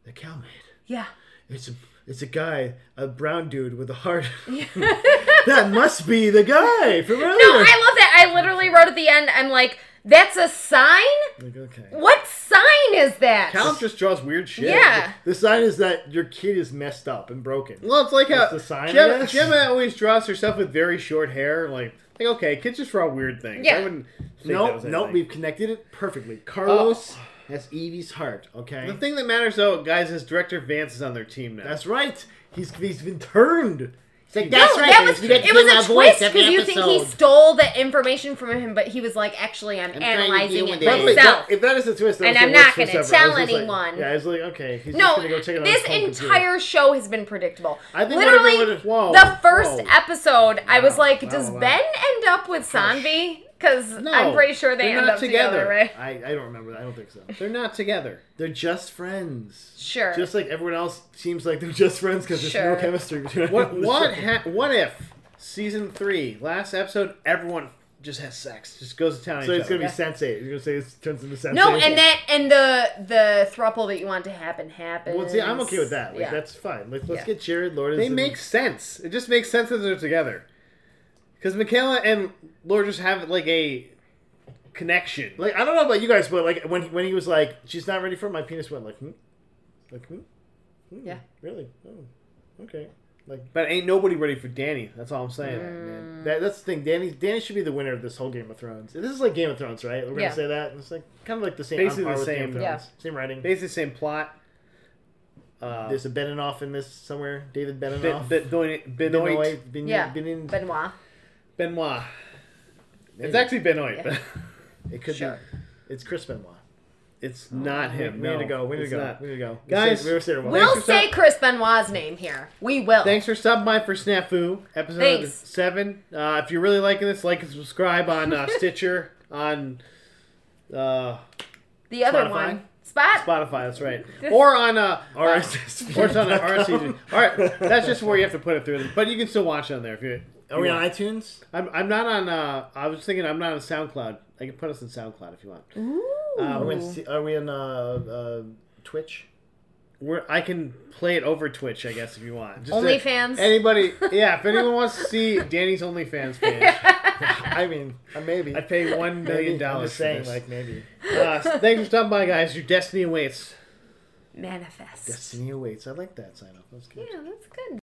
[SPEAKER 3] the cow made.
[SPEAKER 4] Yeah.
[SPEAKER 3] It's a it's a guy, a brown dude with a heart. that must be the guy from earlier."
[SPEAKER 4] No, I love that. I literally wrote at the end, I'm like, that's a sign?
[SPEAKER 3] like, okay.
[SPEAKER 4] What sign is that?
[SPEAKER 2] Caleb just draws weird shit.
[SPEAKER 4] Yeah.
[SPEAKER 3] The sign is that your kid is messed up and broken.
[SPEAKER 2] Well, it's like
[SPEAKER 3] That's
[SPEAKER 2] how
[SPEAKER 3] the sign, I
[SPEAKER 2] Gemma,
[SPEAKER 3] guess.
[SPEAKER 2] Gemma always draws herself with very short hair. Like, like okay, kids just draw weird things.
[SPEAKER 4] Yeah. Oh.
[SPEAKER 2] I wouldn't. Think that
[SPEAKER 3] No,
[SPEAKER 2] was
[SPEAKER 3] no,
[SPEAKER 2] anything.
[SPEAKER 3] we've connected it perfectly.
[SPEAKER 5] Oh.
[SPEAKER 3] Carlos has Evie's heart. Okay,
[SPEAKER 2] The thing that matters though, guys, is director Vance is on their team now.
[SPEAKER 3] that's right. He's he's been turned.
[SPEAKER 5] It's like,
[SPEAKER 4] No,
[SPEAKER 5] that's right.
[SPEAKER 4] that
[SPEAKER 5] guys,
[SPEAKER 4] was,
[SPEAKER 5] you got to
[SPEAKER 4] it
[SPEAKER 5] hear my
[SPEAKER 4] was a
[SPEAKER 5] voice
[SPEAKER 4] twist
[SPEAKER 5] every
[SPEAKER 4] because you
[SPEAKER 5] episode.
[SPEAKER 4] think he stole the information from him, but he was like, actually, I'm,
[SPEAKER 5] trying to
[SPEAKER 4] analyzing
[SPEAKER 5] deal
[SPEAKER 4] it
[SPEAKER 5] with it.
[SPEAKER 3] By the way, that-
[SPEAKER 4] myself.
[SPEAKER 3] if that is a twist, that
[SPEAKER 4] And
[SPEAKER 3] was
[SPEAKER 4] I'm
[SPEAKER 3] the worst
[SPEAKER 4] not
[SPEAKER 3] twist
[SPEAKER 4] gonna
[SPEAKER 3] ever. I was
[SPEAKER 4] tell
[SPEAKER 3] just like-
[SPEAKER 4] anyone.
[SPEAKER 3] yeah, I was like, okay, he's just
[SPEAKER 4] No,
[SPEAKER 3] gonna go check it out.
[SPEAKER 4] this entire show has been predictable.
[SPEAKER 3] I think whatever
[SPEAKER 4] literally
[SPEAKER 3] would've- whoa,
[SPEAKER 4] the first
[SPEAKER 3] whoa.
[SPEAKER 4] episode, I was like,
[SPEAKER 3] wow,
[SPEAKER 4] does
[SPEAKER 3] wow.
[SPEAKER 4] Ben end up with Sanvi? Because
[SPEAKER 2] No,
[SPEAKER 4] I'm pretty sure they
[SPEAKER 2] they're
[SPEAKER 4] end
[SPEAKER 2] not
[SPEAKER 4] up together.
[SPEAKER 2] together.
[SPEAKER 4] right?
[SPEAKER 3] I, I don't remember. that. I don't think so.
[SPEAKER 2] They're not together.
[SPEAKER 3] They're just friends.
[SPEAKER 4] Sure.
[SPEAKER 3] Just like everyone else seems like they're just friends because there's no
[SPEAKER 4] Sure.
[SPEAKER 3] chemistry between
[SPEAKER 2] What
[SPEAKER 3] them.
[SPEAKER 2] what ha- what if season three last episode everyone just has sex just goes to town. on
[SPEAKER 3] So
[SPEAKER 2] each
[SPEAKER 3] it's gonna
[SPEAKER 2] other.
[SPEAKER 3] be sensei. You're gonna say it turns into sensei.
[SPEAKER 4] no, and that and the the thruple that you want to happen happens.
[SPEAKER 3] Well, see, I'm okay with that. Like,
[SPEAKER 4] yeah.
[SPEAKER 3] that's fine. Like, let's
[SPEAKER 4] Yeah.
[SPEAKER 3] get Jared Lourdes.
[SPEAKER 2] They
[SPEAKER 3] and-
[SPEAKER 2] make sense. It just makes sense that they're together. Because Michaela and Lord just have like a connection.
[SPEAKER 3] Like, I don't know about you guys, but like when he, when he was like, she's not ready for it, my penis went like, hmm, like hmm, hmm,
[SPEAKER 4] Yeah.
[SPEAKER 3] really, oh, okay. Like
[SPEAKER 2] But ain't nobody ready for Danny. That's all I'm saying.
[SPEAKER 4] Mm.
[SPEAKER 3] man, that, that's the thing. Danny Danny should be the winner of this whole Game of Thrones. This is like Game of Thrones, right? We're gonna
[SPEAKER 4] Yeah.
[SPEAKER 3] say that. It's like kind of like the same.
[SPEAKER 2] Basically
[SPEAKER 3] on par
[SPEAKER 2] the
[SPEAKER 3] with Game
[SPEAKER 2] same.
[SPEAKER 3] of
[SPEAKER 4] Yeah.
[SPEAKER 3] Thrones. Same writing.
[SPEAKER 2] Basically, same plot. Uh,
[SPEAKER 3] There's a Beninoff in this somewhere. David
[SPEAKER 2] Ben,
[SPEAKER 3] Beninoff.
[SPEAKER 2] ben, Benoit, Benoit,
[SPEAKER 3] Benoit. Ben,
[SPEAKER 4] Yeah.
[SPEAKER 3] Benin-
[SPEAKER 4] Benoit.
[SPEAKER 2] Benoit. It's actually Benoit.
[SPEAKER 4] Yeah.
[SPEAKER 3] It could
[SPEAKER 4] Sure.
[SPEAKER 3] be. It's Chris Benoit.
[SPEAKER 2] It's not him.
[SPEAKER 3] Oh, We need to
[SPEAKER 2] no,
[SPEAKER 3] go. We need to
[SPEAKER 2] it's
[SPEAKER 3] go.
[SPEAKER 2] not.
[SPEAKER 3] We need to go.
[SPEAKER 2] Guys,
[SPEAKER 3] we were saying well.
[SPEAKER 4] We'll
[SPEAKER 2] for
[SPEAKER 4] say
[SPEAKER 2] some-
[SPEAKER 4] Chris Benoit's name here. We will.
[SPEAKER 2] Thanks for stopping by for Snafu episode
[SPEAKER 4] Thanks.
[SPEAKER 2] seven. Uh, if you're really liking this, like and subscribe on uh, Stitcher on. Uh,
[SPEAKER 4] The other
[SPEAKER 2] Spotify?
[SPEAKER 4] one. Spot.
[SPEAKER 2] Spotify, that's right. Or on uh,
[SPEAKER 3] RSS.
[SPEAKER 2] Or it's on the RSS. All right, that's just where you have to put it through. But you can still watch it on there if you.
[SPEAKER 3] Are we on iTunes?
[SPEAKER 2] I'm, I'm not on. Uh, I was thinking I'm not on SoundCloud. I can put us on SoundCloud if you want.
[SPEAKER 3] Are we on, are we on uh, uh, Twitch?
[SPEAKER 2] We're, I can play it over Twitch, I guess, if you want. Just to-
[SPEAKER 4] OnlyFans.
[SPEAKER 2] Anybody? Yeah, if anyone wants to see Danny's OnlyFans page,
[SPEAKER 3] I mean, uh, maybe.
[SPEAKER 2] I'd pay one million
[SPEAKER 3] Maybe. I'm
[SPEAKER 2] dollars.
[SPEAKER 3] just
[SPEAKER 2] for
[SPEAKER 3] saying,
[SPEAKER 2] this.
[SPEAKER 3] like maybe.
[SPEAKER 2] Uh, thanks for stopping by, guys. Your destiny awaits.
[SPEAKER 4] Manifest.
[SPEAKER 3] Destiny awaits. I like that sign off. That was good.
[SPEAKER 4] Yeah, that's good.